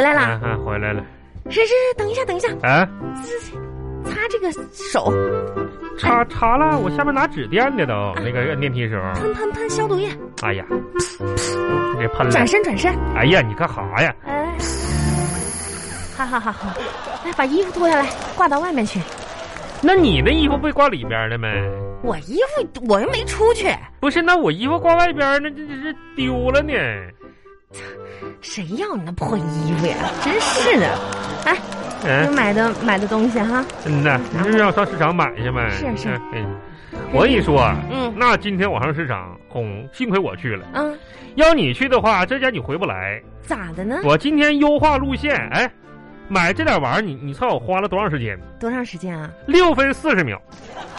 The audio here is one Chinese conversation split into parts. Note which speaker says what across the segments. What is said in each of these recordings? Speaker 1: 哎啊
Speaker 2: 啊回来了
Speaker 1: 是是是，等一下等一下，
Speaker 2: 啊？
Speaker 1: 擦这个手，
Speaker 2: 擦擦了，我下面拿纸垫的都，那个按电梯时候，
Speaker 1: 喷喷喷消毒液，
Speaker 2: 哎呀，你给喷了
Speaker 1: 转，身转身，
Speaker 2: 哎呀，你干哈呀？
Speaker 1: 哎，好好好好，来把衣服脱下来，挂到外面去。
Speaker 2: 那你的衣服被挂里边了没？
Speaker 1: 我衣服我又没出去，
Speaker 2: 不是，那我衣服挂外边，那这这这丢了呢。
Speaker 1: 谁要你那破衣服呀？真是的，哎，
Speaker 2: 嗯
Speaker 1: 你买的买的东西哈，
Speaker 2: 嗯呐，你是让我上市场买去呗？
Speaker 1: 是是
Speaker 2: 嗯。我跟你说，啊
Speaker 1: 嗯
Speaker 2: 那今天我上市场，哄，幸亏我去了。
Speaker 1: 嗯，
Speaker 2: 要你去的话，这家你回不来。
Speaker 1: 咋的呢？
Speaker 2: 我今天优化路线，哎，买这点玩意儿，你你猜我花了多长时间？
Speaker 1: 多长时间啊？
Speaker 2: 六分四十秒，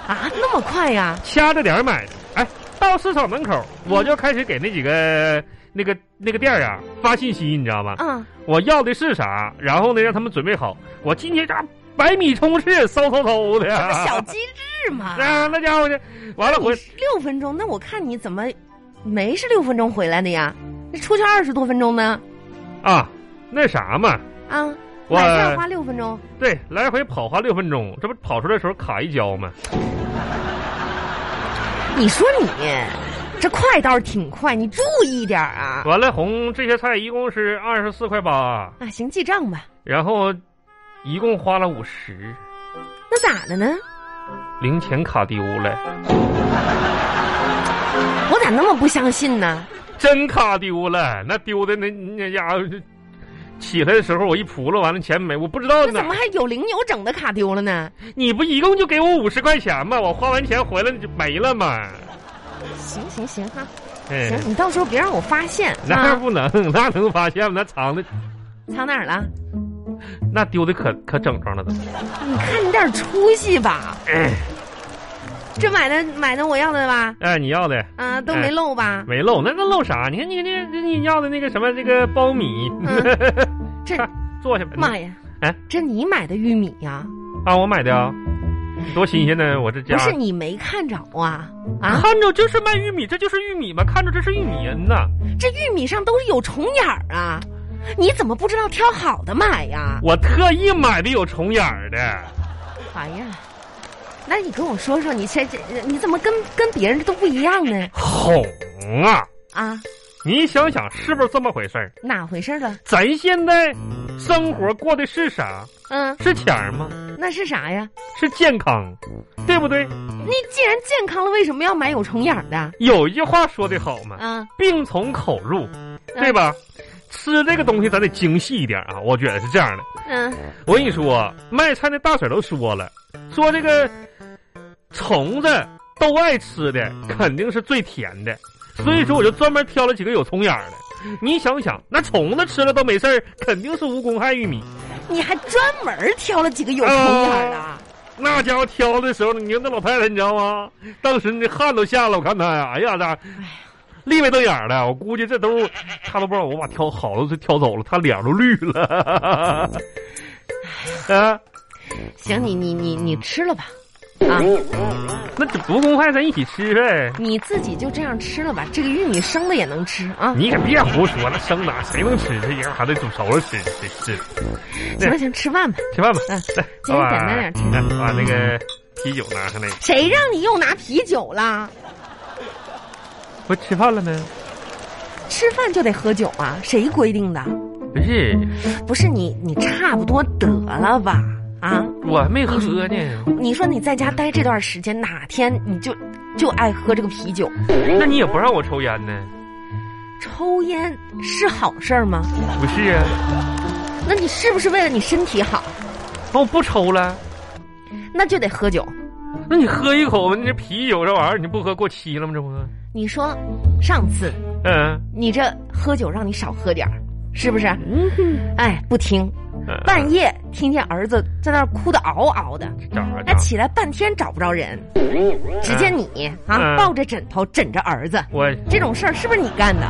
Speaker 1: 啊，那么快呀、
Speaker 2: 掐着点儿买的。哎，到市场门口，我就开始给那几个那个那个店儿啊发信息，你知道吗？
Speaker 1: 嗯，
Speaker 2: 我要的是啥，然后呢让他们准备好。我今天这百米冲刺，嗖嗖嗖的。
Speaker 1: 那小机智嘛。
Speaker 2: 啊，那家伙的，完了
Speaker 1: 你
Speaker 2: 我
Speaker 1: 是六分钟，那我看你怎么没是六分钟回来的呀？那出去二十多分钟呢？
Speaker 2: 啊，那啥嘛，
Speaker 1: 啊，
Speaker 2: 我
Speaker 1: 买这儿花六分钟，
Speaker 2: 对，来回跑花六分钟，这不跑出来的时候卡一跤吗？
Speaker 1: 你说你这快倒是挺快，你注意点儿啊！
Speaker 2: 完了，红这些菜一共是二十四块八，
Speaker 1: 啊，行，记账吧。
Speaker 2: 然后一共花了五十，
Speaker 1: 那咋的呢？
Speaker 2: 零钱卡丢了，
Speaker 1: 我咋那么不相信呢？
Speaker 2: 真卡丢了，那丢的那那家伙是。起来的时候我一扑噜，完了钱没，我不知道
Speaker 1: 那
Speaker 2: 呢
Speaker 1: 怎。么还有零有整的卡丢了呢？
Speaker 2: 你不一共就给我五十块钱吗？我花完钱回来就没了吗？
Speaker 1: 行行行哈，
Speaker 2: 嗯
Speaker 1: 行，，你到时候别让我发现
Speaker 2: 那
Speaker 1: 啊！
Speaker 2: 不能，那能发现吗？那藏的
Speaker 1: 藏哪儿了？
Speaker 2: 那丢的可可整上了都。
Speaker 1: 你看你点儿出息吧，
Speaker 2: 哎
Speaker 1: 这买的买的我要的吧？
Speaker 2: 哎，你要的
Speaker 1: 啊，都没漏吧？
Speaker 2: 没漏，那那漏啥？你看你这这你要的那个什么这个苞米，
Speaker 1: 这
Speaker 2: 看坐下吧。
Speaker 1: 嗯妈呀！
Speaker 2: 哎，
Speaker 1: 这你买的玉米呀、
Speaker 2: 啊，我买的啊，多新鲜呢！我这家
Speaker 1: 不是你没看着啊？啊，
Speaker 2: 看着就是卖玉米，这就是玉米嘛，看着这是玉米，嗯呐，
Speaker 1: 这玉米上都是有虫眼儿啊！你怎么不知道挑好的买呀？
Speaker 2: 我特意买的有虫眼儿的，
Speaker 1: 哎呀，那你跟我说说，你这这你怎么跟跟别人都不一样呢？
Speaker 2: 红啊！
Speaker 1: 啊，
Speaker 2: 你想想是不是这么回事儿？
Speaker 1: 哪回事了？
Speaker 2: 咱现在生活过的是啥？
Speaker 1: 嗯，
Speaker 2: 是钱儿吗？
Speaker 1: 那是啥呀？
Speaker 2: 是健康，对不对？
Speaker 1: 你既然健康了，为什么要买有虫眼儿的？
Speaker 2: 有一句话说的好嘛，
Speaker 1: 啊，
Speaker 2: 病从口入，对吧？吃这个东西咱得精细一点啊，我觉得是这样的。
Speaker 1: 嗯，
Speaker 2: 我跟你说，卖菜那大婶都说了，说这个虫子都爱吃的肯定是最甜的，所以说我就专门挑了几个有虫眼儿的。你想想，那虫子吃了都没事儿，肯定是无公害玉米。
Speaker 1: 你还专门挑了几个有虫眼儿的啊？
Speaker 2: 那家伙挑的时候，你看那老太太，你知道吗？当时那汗都下了，我看她呀，哎呀，那立没瞪眼儿的，我估计这都她都不知道我把挑好了就挑走了，她脸都绿 了。啊，
Speaker 1: 行，你你你你吃了吧，啊。
Speaker 2: 那这不公害咱一起吃呗。
Speaker 1: 你自己就这样吃了吧，这个玉米生的也能吃啊。
Speaker 2: 你可别胡说，那生哪谁能吃？这玩意还得煮熟了吃，吃吃
Speaker 1: 行了行，吃饭吧。
Speaker 2: 吃饭吧。
Speaker 1: 嗯
Speaker 2: 来，
Speaker 1: 今天简单点吃
Speaker 2: 来把那个啤酒拿上来。
Speaker 1: 谁让你又拿啤酒啦？
Speaker 2: 不吃饭了吗？
Speaker 1: 吃饭就得喝酒啊？谁规定的？
Speaker 2: 不是，
Speaker 1: 不是你，你差不多得了吧？啊，
Speaker 2: 我还没喝呢。
Speaker 1: 你说你在家待这段时间，哪天你就就爱喝这个啤酒？
Speaker 2: 那你也不让我抽烟呢？
Speaker 1: 抽烟是好事儿吗？
Speaker 2: 不是啊，
Speaker 1: 那你是不是为了你身体好，
Speaker 2: 那我不抽了。
Speaker 1: 那就得喝酒？
Speaker 2: 那你喝一口吧，你这啤酒这玩意儿你不喝过期了吗？这不，
Speaker 1: 你说上次
Speaker 2: 嗯，
Speaker 1: 你这喝酒让你少喝点儿，是不是？哎，不听，
Speaker 2: 嗯
Speaker 1: 半夜听见儿子在那儿哭得嗷嗷的，
Speaker 2: 找啊
Speaker 1: 那
Speaker 2: 找，
Speaker 1: 起来半天找不着人，只见你啊
Speaker 2: 嗯
Speaker 1: 抱着枕头枕着儿子，
Speaker 2: 我
Speaker 1: 这种事儿是不是你干的？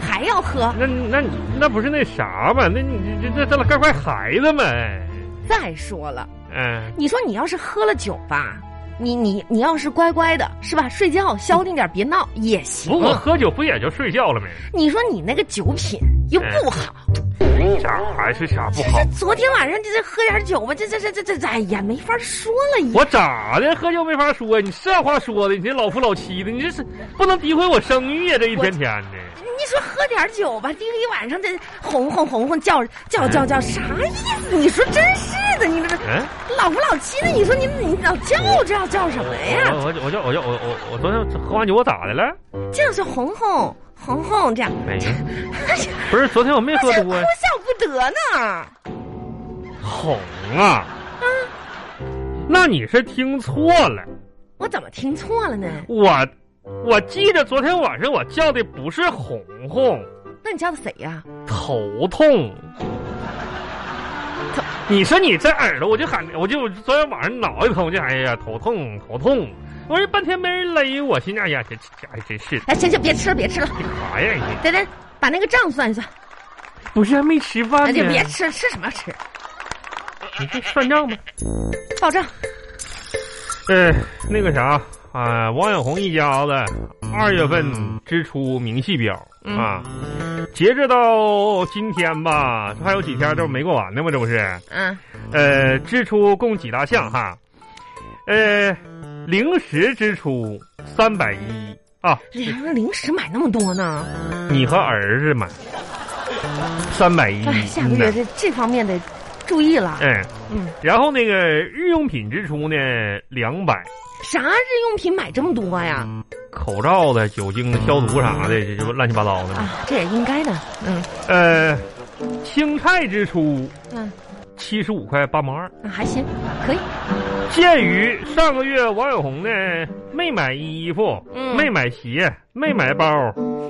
Speaker 1: 还要喝？
Speaker 2: 那那你那不是那啥嘛？那你这这这老该怪孩子们，
Speaker 1: 再说了，
Speaker 2: 嗯，
Speaker 1: 你说你要是喝了酒吧，你你你要是乖乖的，是吧？睡觉消停点，别闹也行
Speaker 2: 哦不。我喝酒不也就睡觉了没？
Speaker 1: 你说你那个酒品又不好，
Speaker 2: 啥还是啥不好？
Speaker 1: 昨天晚上这这喝点酒吧，这这这这这，哎呀，没法说了已经。
Speaker 2: 我咋的？喝酒没法说，你这话说的，你这老夫老妻的，你这是不能诋毁我声誉呀！这一天天的，
Speaker 1: 你说喝点酒吧，第一晚上这哄哄哄哄叫叫叫叫，啥意思？你说真是的，你这
Speaker 2: 嗯，
Speaker 1: 老夫老妻的，你说你你老叫叫叫什么呀？
Speaker 2: 我我我我我我我昨天喝完酒我咋的了？
Speaker 1: 这样就哄哄哄哄这样，
Speaker 2: 没，
Speaker 1: 哎呀，
Speaker 2: 不是昨天我没
Speaker 1: 我
Speaker 2: 喝
Speaker 1: 这哭
Speaker 2: 多呀，
Speaker 1: 笑不得呢。
Speaker 2: 哄啊，那你是听错了，
Speaker 1: 我怎么听错了呢？
Speaker 2: 我我记得昨天晚上我叫的不是哄哄，
Speaker 1: 那你叫的谁呀、
Speaker 2: 头痛。你说你这耳朵，我就喊，我就昨天晚上脑一疼，我就哎呀头痛头痛，我这半天没人勒我，心想哎呀这这哎真是
Speaker 1: 哎，行行，别吃了，别吃了，
Speaker 2: 干啥呀你？
Speaker 1: 等等，把那个账算一算。
Speaker 2: 不是还没吃饭
Speaker 1: 哎，
Speaker 2: 呢
Speaker 1: 就？别吃，吃什么吃？
Speaker 2: 你这算账吧。
Speaker 1: 报账。
Speaker 2: 呃，那个啥啊，王小红一家子二月份支出明细表
Speaker 1: 嗯
Speaker 2: 啊，截止到今天吧，这还有几天这不没过完呢吗？这不是？
Speaker 1: 嗯，
Speaker 2: 呃，支出共几大项哈？呃，零食支出三百一啊，
Speaker 1: 零零食买那么多
Speaker 2: 嗯
Speaker 1: 呢？
Speaker 2: 你和儿 子买三百一
Speaker 1: 哎，，下个月这这方面得注意了。
Speaker 2: 嗯，
Speaker 1: 嗯，
Speaker 2: 然后那个日用品支出呢两百，
Speaker 1: 啥日用品买这么多呀？
Speaker 2: 口罩的、酒精的、消毒啥的，这这不乱七八糟的吗。
Speaker 1: 嗯啊，这也应该的。嗯
Speaker 2: 呃，青菜支出
Speaker 1: 嗯、
Speaker 2: 七十五块八毛二。
Speaker 1: 啊，还行，可以。
Speaker 2: 鉴于上个月王小红呢没买衣服、
Speaker 1: 嗯
Speaker 2: 没买鞋、没买包、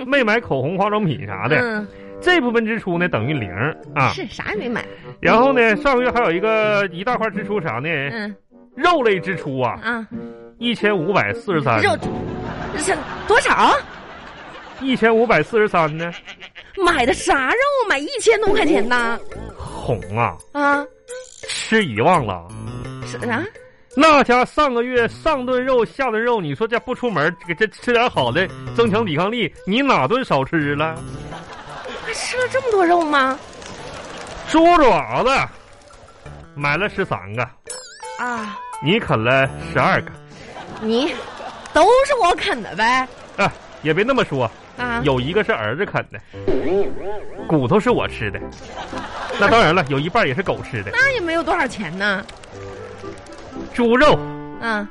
Speaker 2: 没买口红、化妆品啥的，
Speaker 1: 嗯，
Speaker 2: 这部分支出呢等于零啊。
Speaker 1: 是啥也没买。
Speaker 2: 然后呢，上个月还有一个一大块支出啥呢？
Speaker 1: 嗯
Speaker 2: 肉类支出啊，
Speaker 1: 啊，
Speaker 2: 一千五百四十三，
Speaker 1: 肉这多少？
Speaker 2: 一千五百四十三呢，
Speaker 1: 买的啥肉？啊买一千多块钱呢？
Speaker 2: 红啊，
Speaker 1: 啊，
Speaker 2: 吃遗忘了。
Speaker 1: 是啊，
Speaker 2: 那家上个月上顿肉下顿肉，你说这不出门，这这吃点好的，增强抵抗力，你哪顿少吃了？
Speaker 1: 还吃了这么多肉吗？
Speaker 2: 猪爪子买了十三个，
Speaker 1: 啊，
Speaker 2: 你啃了十二个，
Speaker 1: 你都是我啃的呗？
Speaker 2: 啊，也别那么说，
Speaker 1: 啊，
Speaker 2: 有一个是儿子啃的，骨头是我吃的，那当然了，有一半也是狗吃的，
Speaker 1: 那也没有多少钱呢。
Speaker 2: 猪肉
Speaker 1: 啊，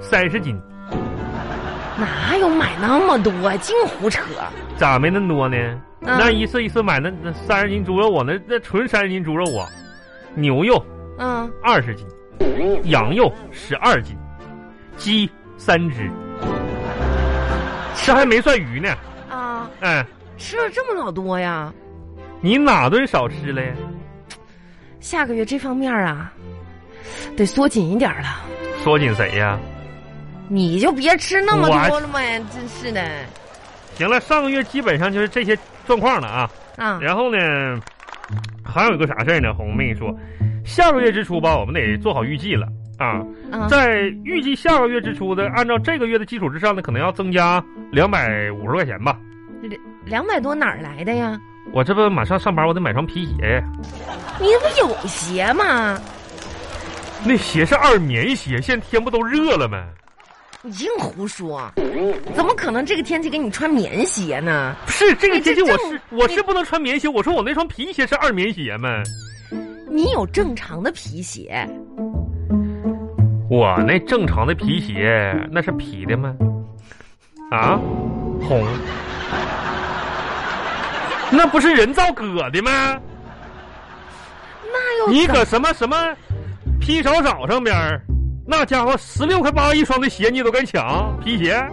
Speaker 2: 三十斤，
Speaker 1: 哪有买那么多？啊净胡扯。
Speaker 2: 咋没那么多呢？
Speaker 1: 嗯
Speaker 2: 那一次一次买那那三十斤猪肉啊，那那纯三十斤猪肉啊，牛肉
Speaker 1: 嗯，
Speaker 2: 二十斤，羊肉十二斤，鸡三只，这还没算鱼呢。
Speaker 1: 啊，
Speaker 2: 嗯，
Speaker 1: 吃了这么老多呀？
Speaker 2: 你哪顿少吃了呀？
Speaker 1: 下个月这方面啊，得缩紧一点儿了。
Speaker 2: 说紧谁呀？
Speaker 1: 你就别吃那么多了嘛，真是的
Speaker 2: 行了，上个月基本上就是这些状况了啊。
Speaker 1: 啊！
Speaker 2: 然后呢，还有一个啥事儿呢？红妹说，下个月支出吧，我们得做好预计了啊。
Speaker 1: 啊，
Speaker 2: 在预计下个月支出的，按照这个月的基础之上呢，可能要增加两百五十块钱吧。
Speaker 1: 两百多哪儿来的呀？
Speaker 2: 我这不马上上班，我得买双皮鞋呀。
Speaker 1: 你不有鞋吗？
Speaker 2: 那鞋是二棉鞋，现在天不都热了吗？
Speaker 1: 你净胡说！啊怎么可能这个天气给你穿棉鞋呢？
Speaker 2: 不是这个天气，
Speaker 1: 哎这
Speaker 2: 我
Speaker 1: 这
Speaker 2: 是我是不能穿棉鞋。我说我那双皮鞋是二棉鞋吗？
Speaker 1: 你有正常的皮鞋，
Speaker 2: 我那正常的皮鞋那是皮的吗？啊，红，那不是人造革的吗？
Speaker 1: 那又
Speaker 2: 你
Speaker 1: 怎
Speaker 2: 搁什么什么劈草草上边儿那家伙十六块八一双的鞋你都敢抢？皮鞋，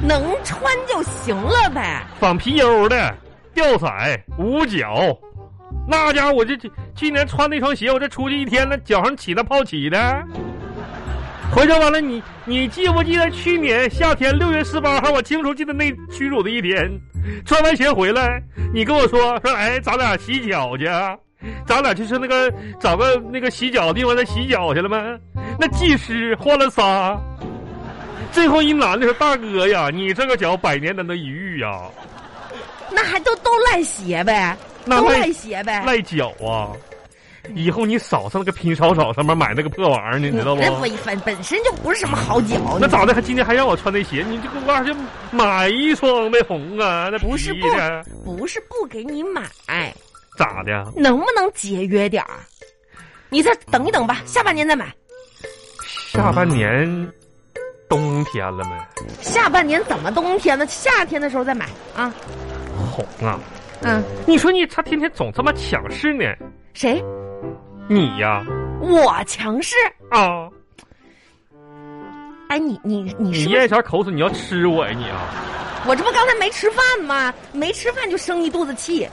Speaker 1: 能穿就行了呗？
Speaker 2: 仿皮油的，吊彩，五角。那家伙，我这这去年穿那双鞋，我这出去一天了，脚上起那泡起的。回头完了，你你记不记得去年夏天六月十八号？我清楚记得那屈辱的一天，穿完鞋回来，你跟我说说，哎，咱俩洗脚去啊，咱俩就是那个找个那个洗脚地方再洗脚去了吗？那技师换了仨，最后一男的说：“大哥啊呀，你这个脚百年难得一遇呀、
Speaker 1: 那还都都赖鞋呗？
Speaker 2: 那
Speaker 1: 都
Speaker 2: 赖
Speaker 1: 赖鞋呗。
Speaker 2: 赖脚啊！以后你少上那个拼少少上面买那个破玩意儿，你知道不？
Speaker 1: 这不一分本身就不是什么好脚，
Speaker 2: 那咋的？还今天还让我穿那鞋？你这给我二去买一双呗，红啊！那
Speaker 1: 不是
Speaker 2: 皮
Speaker 1: 不
Speaker 2: 的
Speaker 1: 不是不给你买，
Speaker 2: 咋的？
Speaker 1: 能不能节约点儿？你再等一等吧，下半年再买。
Speaker 2: 下半年冬天了没？
Speaker 1: 下半年怎么冬天呢？夏天的时候再买啊。
Speaker 2: 红啊！
Speaker 1: 嗯，
Speaker 2: 你说你他天天总他妈抢势呢？
Speaker 1: 谁？
Speaker 2: 你呀
Speaker 1: 我强势？
Speaker 2: 啊！
Speaker 1: 哎，你你你
Speaker 2: 你
Speaker 1: 是不
Speaker 2: 咽
Speaker 1: 是？
Speaker 2: 一下口水，你要吃我呀你啊！
Speaker 1: 我这不刚才没吃饭吗？没吃饭就生一肚子气。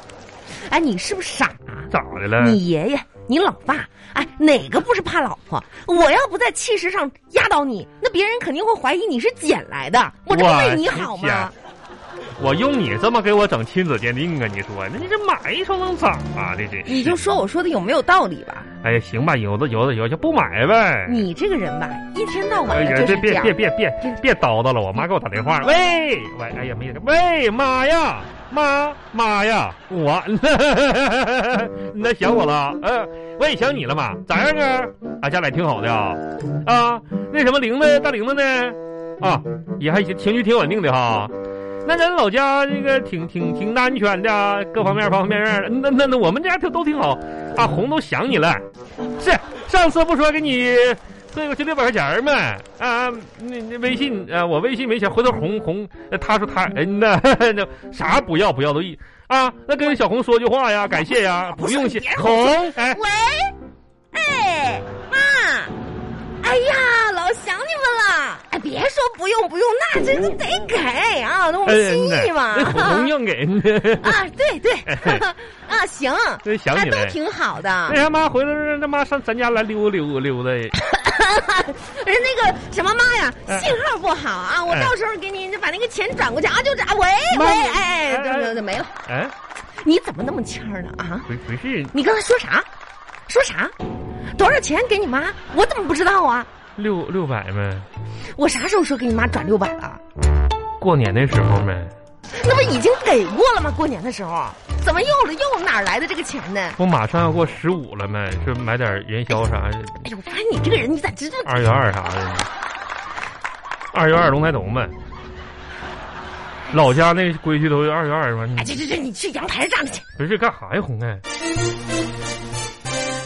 Speaker 1: 哎，你是不是傻？啊
Speaker 2: 咋的了？
Speaker 1: 你爷爷，你老爸，哎，哪个不是怕老婆？我要不在气势上压倒你，那别人肯定会怀疑你是捡来的。我这不为你好吗？
Speaker 2: 我用你这么给我整亲子鉴定啊？你说，那你这买一双能咋的？这
Speaker 1: 你就说我说的有没有道理吧？
Speaker 2: 哎呀，行吧，有的有的有的，就不买呗。
Speaker 1: 你这个人吧，一天到晚
Speaker 2: 哎呀
Speaker 1: 的，就是
Speaker 2: 这
Speaker 1: 这
Speaker 2: 别
Speaker 1: 样
Speaker 2: 别。别别别叨叨了，我妈给我打电话，喂喂，哎呀，没人，喂妈呀，妈妈呀，我 那想我了，嗯、喂，想你了妈，咋样啊？啊，家里挺好的啊，啊，那什么玲子大玲子呢？啊，也还行，情绪挺稳定的哈。那咱老家这个挺挺挺安全的、啊，各方面方方面面的。那那那我们家都都挺好，啊，红都想你了。是上次不说给你兑过去六百块钱儿吗？啊，那那微信啊，我微信没钱，回头红红，呃他说他嗯呐，那 啥不要不要都一啊，那跟小红说句话呀，感谢呀，不用
Speaker 1: 不是你
Speaker 2: 谢
Speaker 1: 别
Speaker 2: 红哎。
Speaker 1: 喂，哎，妈，哎呀，老想你们了。哎，别说不用不用，那真是得给啊，那我们心意嘛。
Speaker 2: 哎那红硬给 人家，
Speaker 1: 啊，对 对
Speaker 2: 哎，
Speaker 1: 啊，行，
Speaker 2: 那想
Speaker 1: 那
Speaker 2: 起
Speaker 1: 都
Speaker 2: 来。哎
Speaker 1: 挺好的。
Speaker 2: 那他妈回头让他妈上咱家来溜溜溜达，
Speaker 1: 人那个什么妈呀，
Speaker 2: 哎
Speaker 1: 信号不好啊，我
Speaker 2: 哎
Speaker 1: 到时候给你把那个钱转过去啊，就这啊，喂喂，
Speaker 2: 妈妈
Speaker 1: 哎
Speaker 2: 哎
Speaker 1: 哎，
Speaker 2: 哎
Speaker 1: 就就就没了。
Speaker 2: 哎，
Speaker 1: 你怎么那么欠儿呢啊？
Speaker 2: 不不是
Speaker 1: 你刚才说啥？说啥？多少钱给你妈？我怎么不知道啊？
Speaker 2: 六六百吗？
Speaker 1: 我啥时候说给你妈转六百了？
Speaker 2: 过年的时候呗，
Speaker 1: 那不已经给过了吗？过年的时候，怎么又了又哪来的这个钱呢？
Speaker 2: 不马上要过十五了吗？说买点元宵啥的，
Speaker 1: 哎呦，我发现你这个人，你咋知道？
Speaker 2: 二月二啥的，二月二龙抬头嘛。老家那规矩都是二月二嘛，
Speaker 1: 哎，去去去，你去阳台上站着去。
Speaker 2: 不是干啥呀，红哎？